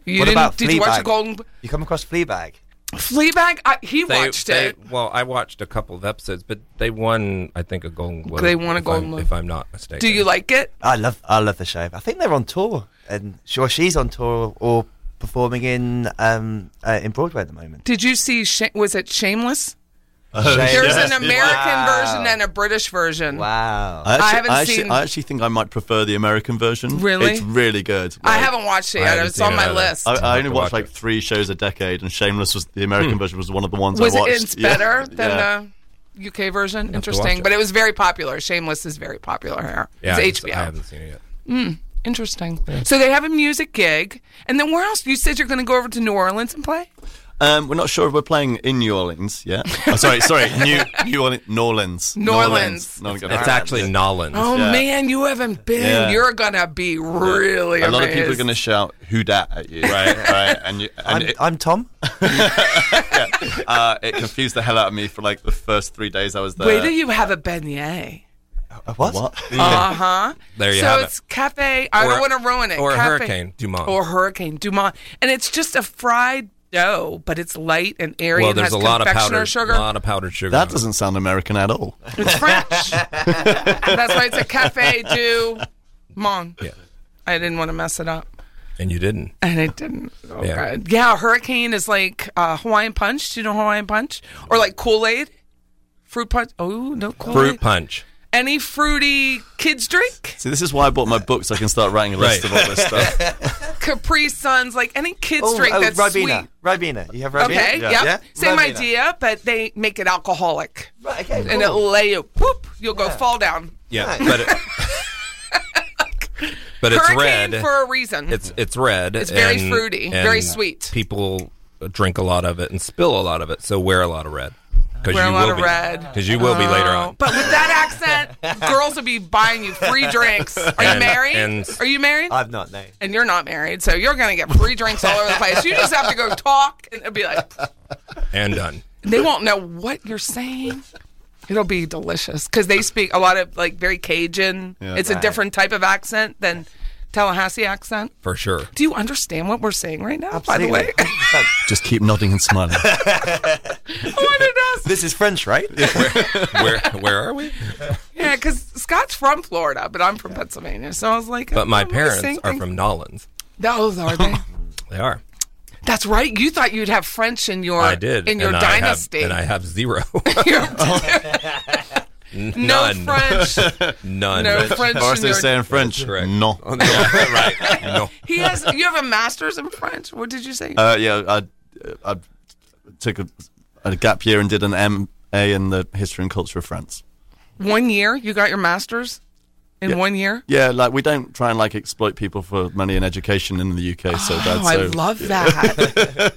You
What
didn't,
about
did you watch the
Fleabag?
Golden
You come across Fleabag.
Fleabag? I, he
They-
watched
they-
it.
Well, I watched a couple of episodes, but they won. I think a Golden Globe.
They won a
if
Golden
I'm-
Globe.
if I'm not mistaken.
Do you like it?
I love I love the show. I think they're on tour, and sure she's on tour or performing in um uh, in Broadway at the moment.
Did you see? Sh- was it Shameless?
Oh,
There's
yes. Uh,
an American
Wow.
version and a British version.
Wow.
I actually,
haven't
I actually,
seen-
I actually think I might prefer the American version.
Really?
It's really good.
I
Like,
haven't watched it
I
yet.
haven't
It's
seen
on
it
my
either.
list.
I, I
to
only watched
watch
like
it.
three shows a decade, and Shameless was the American version was one of the ones
Hmm. was
I
it
watched.
it's
Yeah.
better than
Yeah.
the UK version?
to watch
Interesting,
it.
but it was very popular. Shameless is very popular here.
Yeah, I
it's
just- I
HBO.
haven't seen it yet.
Interesting. So they have a music gig, and then where else? You said you're going to go over to New Orleans and play.
Um, we're not sure if we're playing in New Orleans yet. Oh, sorry, sorry, New New Orleans, Norlands,
New Orleans.
No, I'm gonna-
It's actually Nolans.
Oh
Yeah.
man, you haven't been.
Yeah.
You're gonna be really.
A lot of people are
amazed.
going to shout "Who dat?" at you, right? right, and, you, and
I'm,
it,
I'm Tom.
uh, it confused the hell out of me for like the first three days I was there.
Wait till you have a beignet.
Uh, what?
Um,
Uh huh.
There you
so
have
it's cafe. I
Or-
don't want to ruin it.
or
Cafe-
Hurricane Dumont.
Or hurricane Dumont, and it's just a fried dough, but it's light and airy.
Well,
and has
there's a lot of
confectioner
powdered
sugar.
lot of powdered sugar. on
That
it.
doesn't sound American at all.
It's French. That's why it's a cafe du Mon.
Yeah.
I didn't want to mess it up,
and you didn't.
and it didn't. Oh,
Yeah.
God. yeah. Hurricane is like uh, Hawaiian punch. Do you know Hawaiian punch or like Kool Aid? Fruit punch. Oh no, Kool-Aid.
Fruit punch.
Any fruity kids drink?
See, this is why I bought my book so I can start writing a list
Right.
of all this stuff.
Capri Suns, like any kids
Oh,
drink
oh,
that's
Ribena.
sweet.
Ribena. You have Ribena?
Okay,
Yeah.
yep.
Yeah?
Same
Ribena.
idea, but they make it alcoholic.
Right, okay.
And
cool.
it'll lay you, whoop, you'll go fall down.
Yeah, but it, but it's
Hurricane
red.
for a reason.
It's it's red. It's
very fruity, very sweet.
People drink a lot of it and spill a lot of it, so wear a lot of red. Cause
Wear a
you
lot
will
of
be,
red.
Because you will be later
Oh,
on.
But with that accent, girls will be buying you free drinks. Are you
And-
married?
and-
Are you married?
I've not known.
and you're not married, so you're going to get free drinks all over the place. You just have to go talk, and it'll be like,
and done.
they won't know what you're saying. It'll be delicious because they speak a lot of like very Cajun.
Yeah.
it's a
Right.
different type of accent than Tallahassee accent.
For sure.
Do you understand what we're saying right now?
Absolutely.
By the way,
100%.
Just keep nodding and smiling.
I wanted to ask-
this is French, right?
Where where are we?
Yeah, because Scott's from Florida, but I'm from Pennsylvania, so I was like,
But my
am I saying
parents are
things-
from Nolans.
Those are they?
They are.
That's right. You thought you'd have French in your
I did.
in your
and
dynasty.
I have, and I have zero.
no
Oh, None.
French.
None.
No
But-
French.
or as
in
they
your-
say in French,
correct.
no.
right. No.
He has. You have a master's in French. What did you say?
Uh, yeah, I, I took a, a gap year and did an MA in the history and culture of France.
one year. You got your master's in one year.
Yeah, like we don't try and like exploit people for money and education in the UK so bad.
oh, I
so-
love that.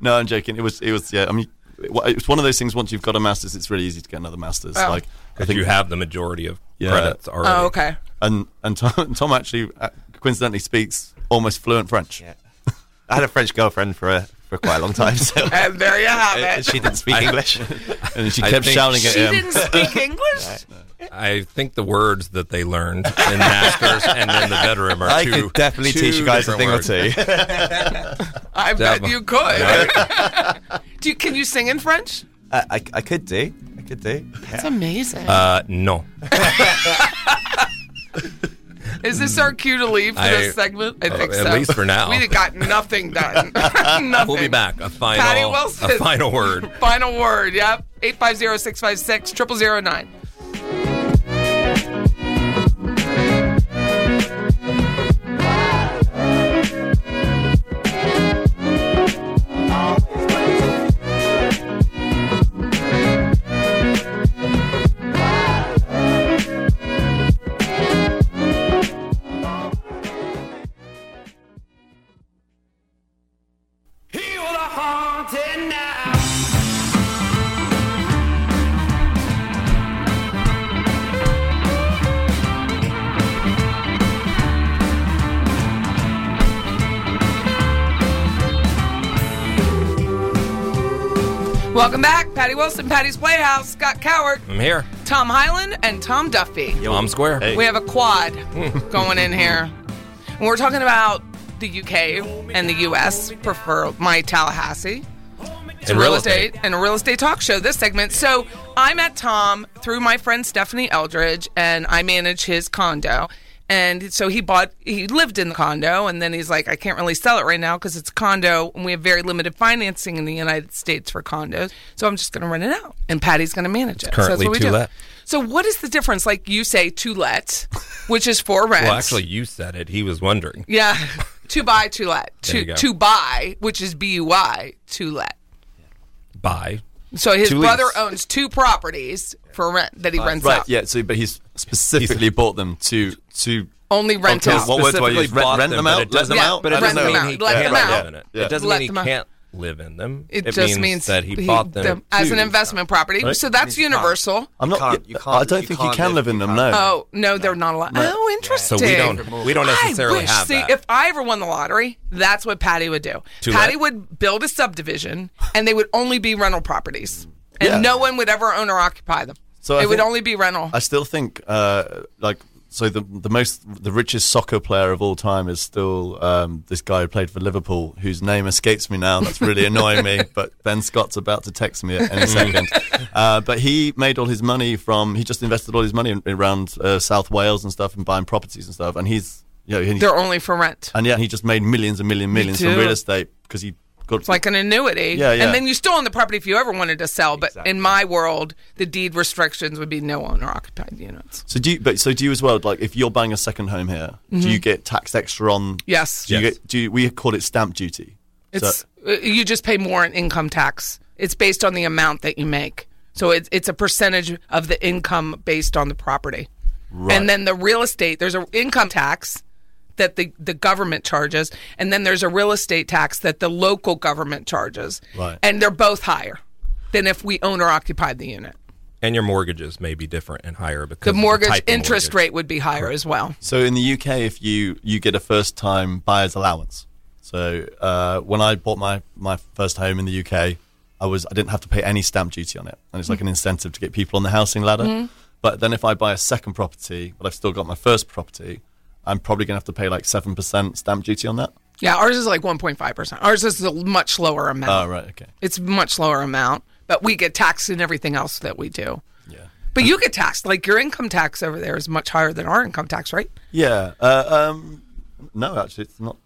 No, I'm joking. It was it was yeah. I mean, it wa- it's one of those things. Once you've got a master's, it's really easy to get another master's.
Oh.
Like I
Because you have the majority of
Yeah.
credits already.
oh, okay.
and and Tom, and Tom actually uh, coincidentally speaks almost fluent French.
Yeah. I had a French girlfriend for a, for quite a long time, so
And Uh, there you have it.
she didn't speak English.
And she
I
kept
think-
shouting at
She
him.
didn't speak English.
I think the words that they learned in masters and in the bedroom are
I
two.
could definitely
two
teach you guys a thing
different
or
words.
two.
I bet
Dab-
you could. Do you, can you sing in French?
Uh, I, I could do. I could do.
That's amazing.
Uh, no.
Is this our cue to leave for
I-
this segment? I
uh,
think
at
so.
least for now.
We got nothing done. nothing.
We'll be back. A final,
Patty Wilson.
a final word.
Final word. Yep. 850 656 0009.
Thank
Welcome back, Patty Wilson, Patty's Playhouse, Scott Coward,
I'm here.
Tom Hyland, and Tom Duffy.
Mom Square.
Hey.
We have a quad going in here. And we're talking about the UK and the US, prefer my Tallahassee. It's
And real estate.
and a real estate talk show, this segment. So I met Tom through my friend Stephanie Eldridge, and I manage his condo. And so he bought, he lived in the condo, and then he's like, I can't really sell it right now because it's a condo, and we have very limited financing in the United States for condos. So I'm just going to rent it out, and Patty's going to manage it.
currently
so that's what we
to
do.
let.
So what is the difference? Like you say, to let, which is for rent.
Well, actually, you said it. He was wondering.
yeah, to buy, to let,
There you
to
go.
to buy, which is B U I, to let.
Buy.
So his
To
brother
lease.
owns two properties for rent that he
Uh,
rents
Right,
out.
yeah. So, but he's specifically bought them to to
Only rent
Okay,
out.
what word do I
Specifically
use? Rent-
bought
rent them
but
out?
it
Let them
doesn't-
out?
But it
Let
doesn't
them
mean
out.
he
Let
can't
them out.
live in it.
Yeah.
It doesn't
Let
mean he
them out.
can't live in them.
It, just means,
that he bought them,
as
to
an investment property.
Right.
So that's universal.
I'm
You
not.
can't- you
I
can't-
don't
you
think you
can't
can
live-
live in
you
them.
can't
No.
live.
Oh no, they're not allowed. Oh, interesting.
So we don't we don't necessarily
I wish,
have
see,
that.
if I ever won the lottery, that's what Patty would do.
To
Patty
let?
would build a subdivision, and they would only be rental properties, and
Yeah.
no one would ever own or occupy them.
So
So
I
it would
think-
only be rental.
I still think uh, like so the the most the richest soccer player of all time is still um, this guy who played for Liverpool whose name escapes me now. That's really annoying me. But Ben Scott's about to text me at
Mm.
any second. Uh, but he made all his money from he just invested all his money in, around uh, South Wales and stuff and buying properties and stuff. And he's you know, he's-
they're only for rent.
and yeah he just made millions and millions and millions from
too.
real estate because he got
It's like an annuity.
Yeah, yeah.
And then you still own the property if you ever wanted to sell. But in my world, the deed restrictions would be no owner occupied units.
So do you? But so do you as well? Like, if you're buying a second home here, do
Mm-hmm.
you get taxed extra on?
Yes.
Do you
Yes.
get? Do you, we call it stamp duty?
It's
so,
uh, you just pay more in income tax. It's based on the amount that you make. So it's it's a percentage of the income based on the property. And then the real estate, there's an income tax that the, the government charges, and then there's a real estate tax that the local government charges.
Right.
And they're both higher than if we own or occupied the unit.
and your mortgages may be different and higher because
The
of
mortgage
type of
interest
mortgage.
rate would be higher as well.
so in the UK, if you you get a first time buyer's allowance. So uh, when I bought my my first home in the UK, I was I didn't have to pay any stamp duty on it, and it's like an incentive to get people on the housing ladder. But then if I buy a second property, but I've still got my first property, I'm probably going to have to pay like seven percent stamp duty on that.
Yeah, ours is like 1.5%. Ours is a much lower amount.
Oh right, okay,
It's much lower amount, but we get taxed in everything else that we do.
yeah.
But you get taxed. Like your income tax over there is much higher than our income tax, right?
Yeah. Uh, um, no, actually, it's not.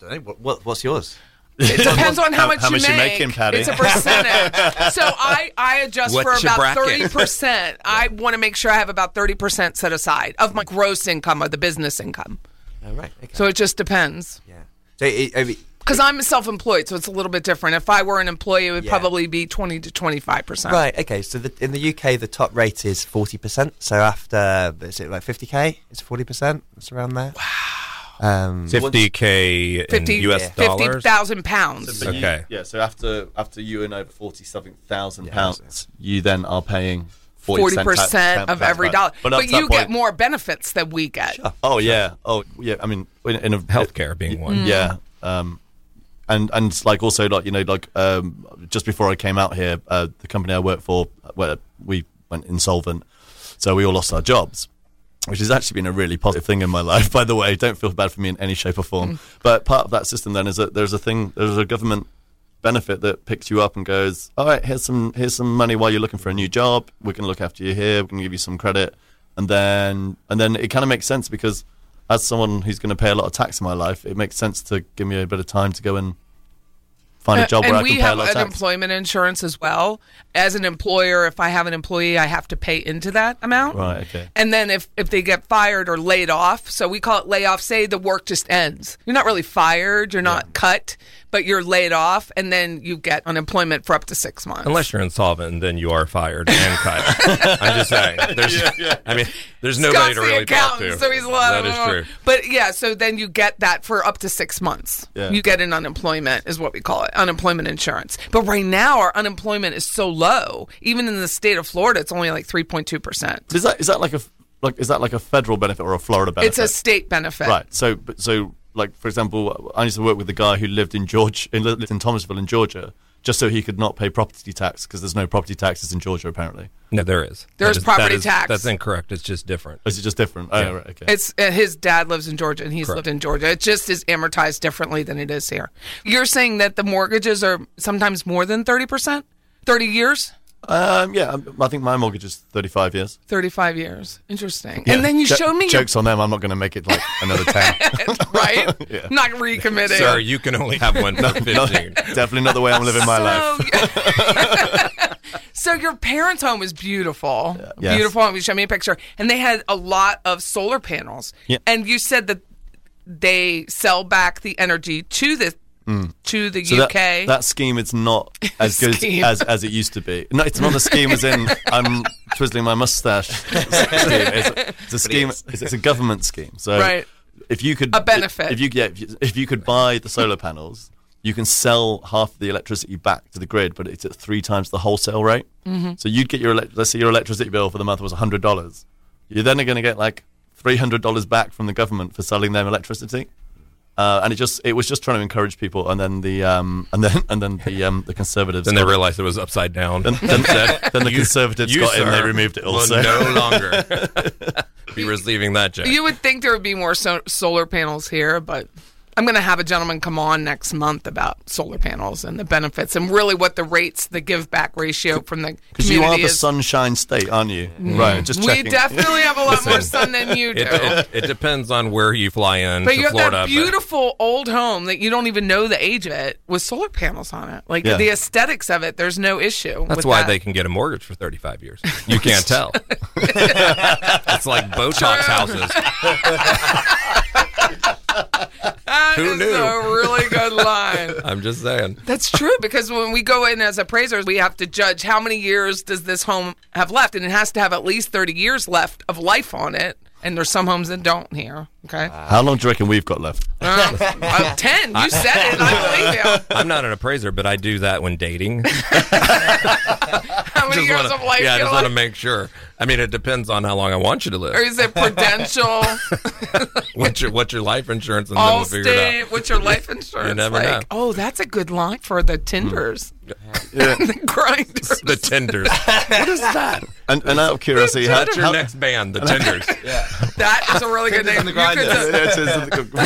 Don't know, what, what, what's yours?
It depends on how,
How-
much
how
you
much
make.
you making, Patty?
It's a percentage. so I, I adjust
What's
for
your
about
bracket?
thirty percent. I want to make sure I have about thirty percent set aside of my gross income or the business income.
Oh, right. Okay.
So it just depends.
yeah. So it, it,
Because I'm self-employed, so it's a little bit different. If I were an employee, it would
Yeah.
probably be twenty to twenty-five percent.
Right. Okay. So the, in the UK, the top rate is forty percent. So after is it like fifty k? It's forty percent. It's around there. Wow. Um,
50k in
Fifty
US
fifty
dollars.
thousand pounds.
But you-
Okay.
yeah. So after after you earn over forty something thousand
Yeah,
pounds, you then are paying
Forty
forty
percent of every dollar, but,
up to that
you get
point-
more benefits than we get.
Oh yeah. Oh yeah. I mean, in, in a
Healthcare being one.
Yeah. Um, and and like also like you know like um, just before I came out here, uh, the company I worked for, where we went insolvent, so we all lost our jobs. Which has actually been a really positive thing in my life, by the way. Don't feel bad for me in any shape or form.
Mm.
But part of that system then is that there's a thing, there's a government benefit that picks you up and goes, all right, here's some here's some money while you're looking for a new job. We're gonna look after you here. We're gonna give you some credit, and then and then it kind of makes sense because as someone who's gonna pay a lot of tax in my life, it makes sense to give me a bit of time to go and find a job
Uh, and
where I
we
can pay a
have
lot of tax.
unemployment insurance as well. As an employer, if I have an employee, I have to pay into that amount.
Right, okay.
And then if if they get fired or laid off, so we call it layoff. Say the work just ends. You're not really fired. You're not cut, but you're laid off, and then you get unemployment for up to six months.
Unless you're insolvent, and then you are fired and cut. I'm just saying. There's, I mean, there's nobody
Scott's
to
the
really talk
accountant,
to.
so he's a lot.
That is true.
But yeah, so then you get that for up to six months.
Yeah.
You get an unemployment, is what we call it, unemployment insurance. But right now, our unemployment is so low. Even in the state of Florida, it's only like three point two percent.
Is that is that like a like is that like a federal benefit or a Florida benefit?
It's a state benefit.
Right. So, but- so like for example, I used to work with a guy who lived in George, in, lived in Thomasville, in Georgia. just so he could not pay property tax because there's no property taxes in Georgia apparently.
No, there is.
There's
That is-
property
that is-
tax.
That's incorrect. It's just different.
Is it just different? Oh, right, okay.
It's uh, his dad lives in Georgia and he's
Correct.
lived in Georgia. It just is amortized differently than it is here. You're saying that the mortgages are sometimes more than 30%? 30 years?
um, yeah, I'm- I think my mortgage is 35 years.
35 years. Interesting.
Yeah.
And then you
Jo-
showed me your-
jokes on them. I'm not going to make it like another 10.
right?
Yeah.
Not recommitting.
Sir, you can only have one for
No,
15.
definitely not the way I'm living my life.
so your parents' home is beautiful,
Yes.
beautiful. home. You showed me a picture, and they had a lot of solar panels.
Yeah.
And you said that they sell back the energy to the to the
Mm. So
UK.
That, that scheme is not as good
Scheme.
as, as it used to be. No, it's not a scheme as in I'm twizzling my mustache. scheme. It's, a- it's a scheme. It's, it's a government scheme. So
Right.
if you could
A benefit.
If you yeah, if you, if you could buy the solar panels, you can sell half the electricity back to the grid, but it's at three times the wholesale rate.
Mm-hmm.
So you'd get your elec- let's say your electricity bill for the month was hundred dollars. You're then going to get like three hundred dollars back from the government for selling them electricity uh, and it just it was just trying to encourage people, and then the um, and then and then the um, the conservatives.
Then they
got-
realized it was upside down.
then, then, then- then the conservatives
you,
got in. They
sir,
removed it
will
also.
no longer be receiving that check.
you would think there would be more so- solar panels here, but I'm going to have a gentleman come on next month about solar panels and the benefits and really what the rates, the give back ratio from the
Because
community
you are the
is.
sunshine state, aren't you?
Mm.
Right. Just
we
checking.
definitely have a lot more sun
Listen,
than you do.
it, it, it depends on where you fly in
But
to
you have
Florida.
that
but-
beautiful old home that you don't even know the age of it with solar panels on it. Like
Yeah.
the aesthetics of it, there's no issue.
That's
with
why
that.
they can get a mortgage for 35 years. You can't tell. it's like Botox houses.
That
Who
is
knew?
a really good line.
I'm just saying.
That's true because when we go in as appraisers, we have to judge how many years does this home have left, and it has to have at least 30 years left of life on it. And there's some homes that don't here. Okay,
Ah.
How long do you reckon we've got left?
Uh, uh, ten. You said it. I believe you.
I'm not an appraiser, but I do that when dating.
How many
Just
years
wanna-
of life?
yeah, I
you
just
left?
want to make sure. I mean, it depends on how long I want you to
Or
live.
is it Prudential,
What's your, what's your life insurance, and then we'll figure it out.
Allstate? What's your life insurance?
never
like?
know. Hmm.
Oh, that's a good line for the Tinders,
Yeah.
the Grinders.
The Tenders.
what is that? And, and out of curiosity, how,
That's your
how,
next band, the Tenders.
that is a really good name. You could just-
Yeah, it is.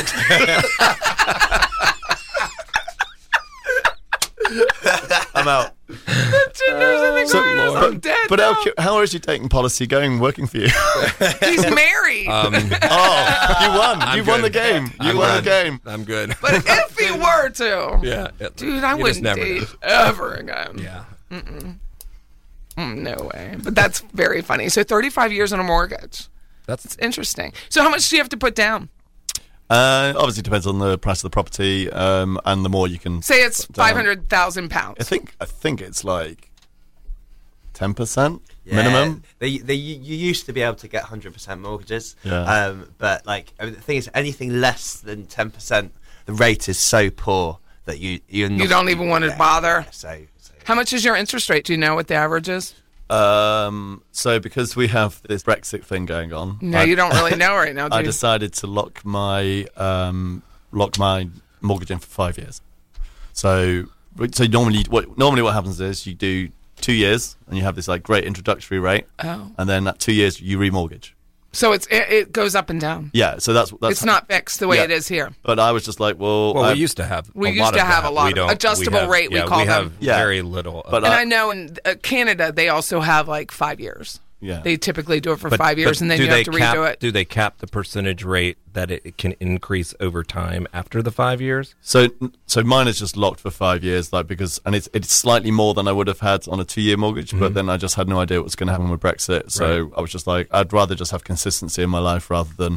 I'm out.
Tinders and the
So-
Grinders. I'm
but
dead.
but
now.
how, cu- how is your dating policy going? Working for you?
he's married.
Um,
oh, you won!
I'm
you won the
good.
game! You
I'm
won
good.
the game!
I'm good.
but if he were to,
yeah,
Dude, I
You just
wouldn't
never
date
know.
ever again.
Yeah.
Mm, no way. But that's very funny. So 35 years on a mortgage.
That's
Interesting. So how much do you have to put down?
Uh, obviously depends on the price of the property, um, and the more you can
Say it's
put down.
500,000
I
pounds.
think I think it's like ten percent
Yeah,
minimum.
They, they, you you used to be able to get 100% mortgages.
Yeah.
Um, but like I mean, the thing is, anything less than 10%, the rate is so poor that you you're not,
You don't even want to
Yeah,
bother.
yeah, so, so
How much is your interest rate? Do you know what the average is?
Um, so because we have this Brexit thing going on,
No,
I,
you don't really know right now, do
I
you?
decided to lock my um, lock my mortgage in for five years. So so normally what normally what happens is you do two years and you have this like great introductory rate,
Oh.
and then at two years you remortgage.
So it's it, it goes up and down.
Yeah, so that's that's
It's not fixed the way
Yeah.
it is here.
But I was just like, well,
well.
I-
we used to have.
We
a
used
lot
to
of
have
that.
a lot
We
of-
don't- we
adjustable
have-
rate, we
yeah,
call
we
them.
have
Yeah.
very little. Of
But
but
And
Uh,
I know in uh, Canada they also have like 5 years.
Yeah.
They typically do it for
but-
5 years
but
and then
do
you have
they
to
cap,
redo it.
Do they cap the percentage rate that it can increase over time after the five years?
So, so mine is just locked for five years, like because, and it's it's slightly more than I would have had on a two-year mortgage. But then I just had no idea what was going to happen with Brexit, so I was just like, I'd rather just have consistency in my life rather than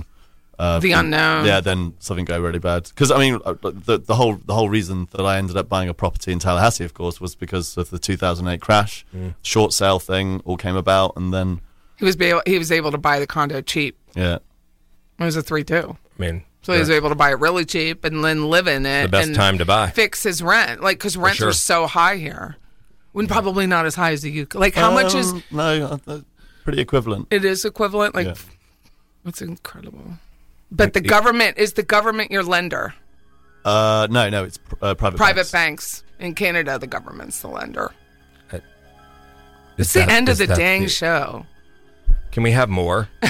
uh,
The
um,
unknown.
Yeah, then something go really bad. Because I mean, uh, the the whole the whole reason that I ended up buying a property in Tallahassee, of course, was because of the 2008 crash, short sale thing all came about, and then
He was be able, he was able to buy the condo cheap.
yeah,
It was a 3-2.
I mean,
So he was
they're-
able to buy it really cheap and then live in it.
The best
and
time to buy.
Fix his rent, like because rents
sure.
are so high here, when probably not as high as the UK. Like how much is
Um, no, uh, uh, pretty equivalent.
it is equivalent? Like
Yeah.
that's incredible. But the government is the government your lender.
Uh, no, no, it's pr- uh, private.
Private
banks.
banks. In Canada, the government's the lender.
Is
It's the
that-
end of
is
the
that
dang show.
Can we have more? I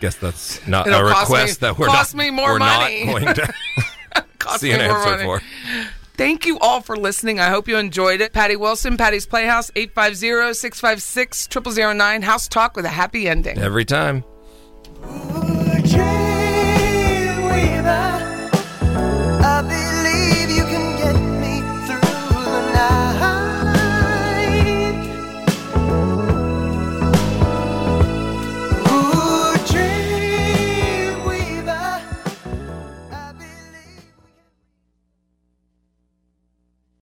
guess that's not
It'll
a
cost
request
me-
that we're
cost
not,
me more
we're
money.
not going to
Cost
see an
me more
answer
money.
for.
Thank you all for listening. I hope you enjoyed it. Patty Wilson, Patty's Playhouse, 850 656 0009. House Talk with a happy ending.
Every time.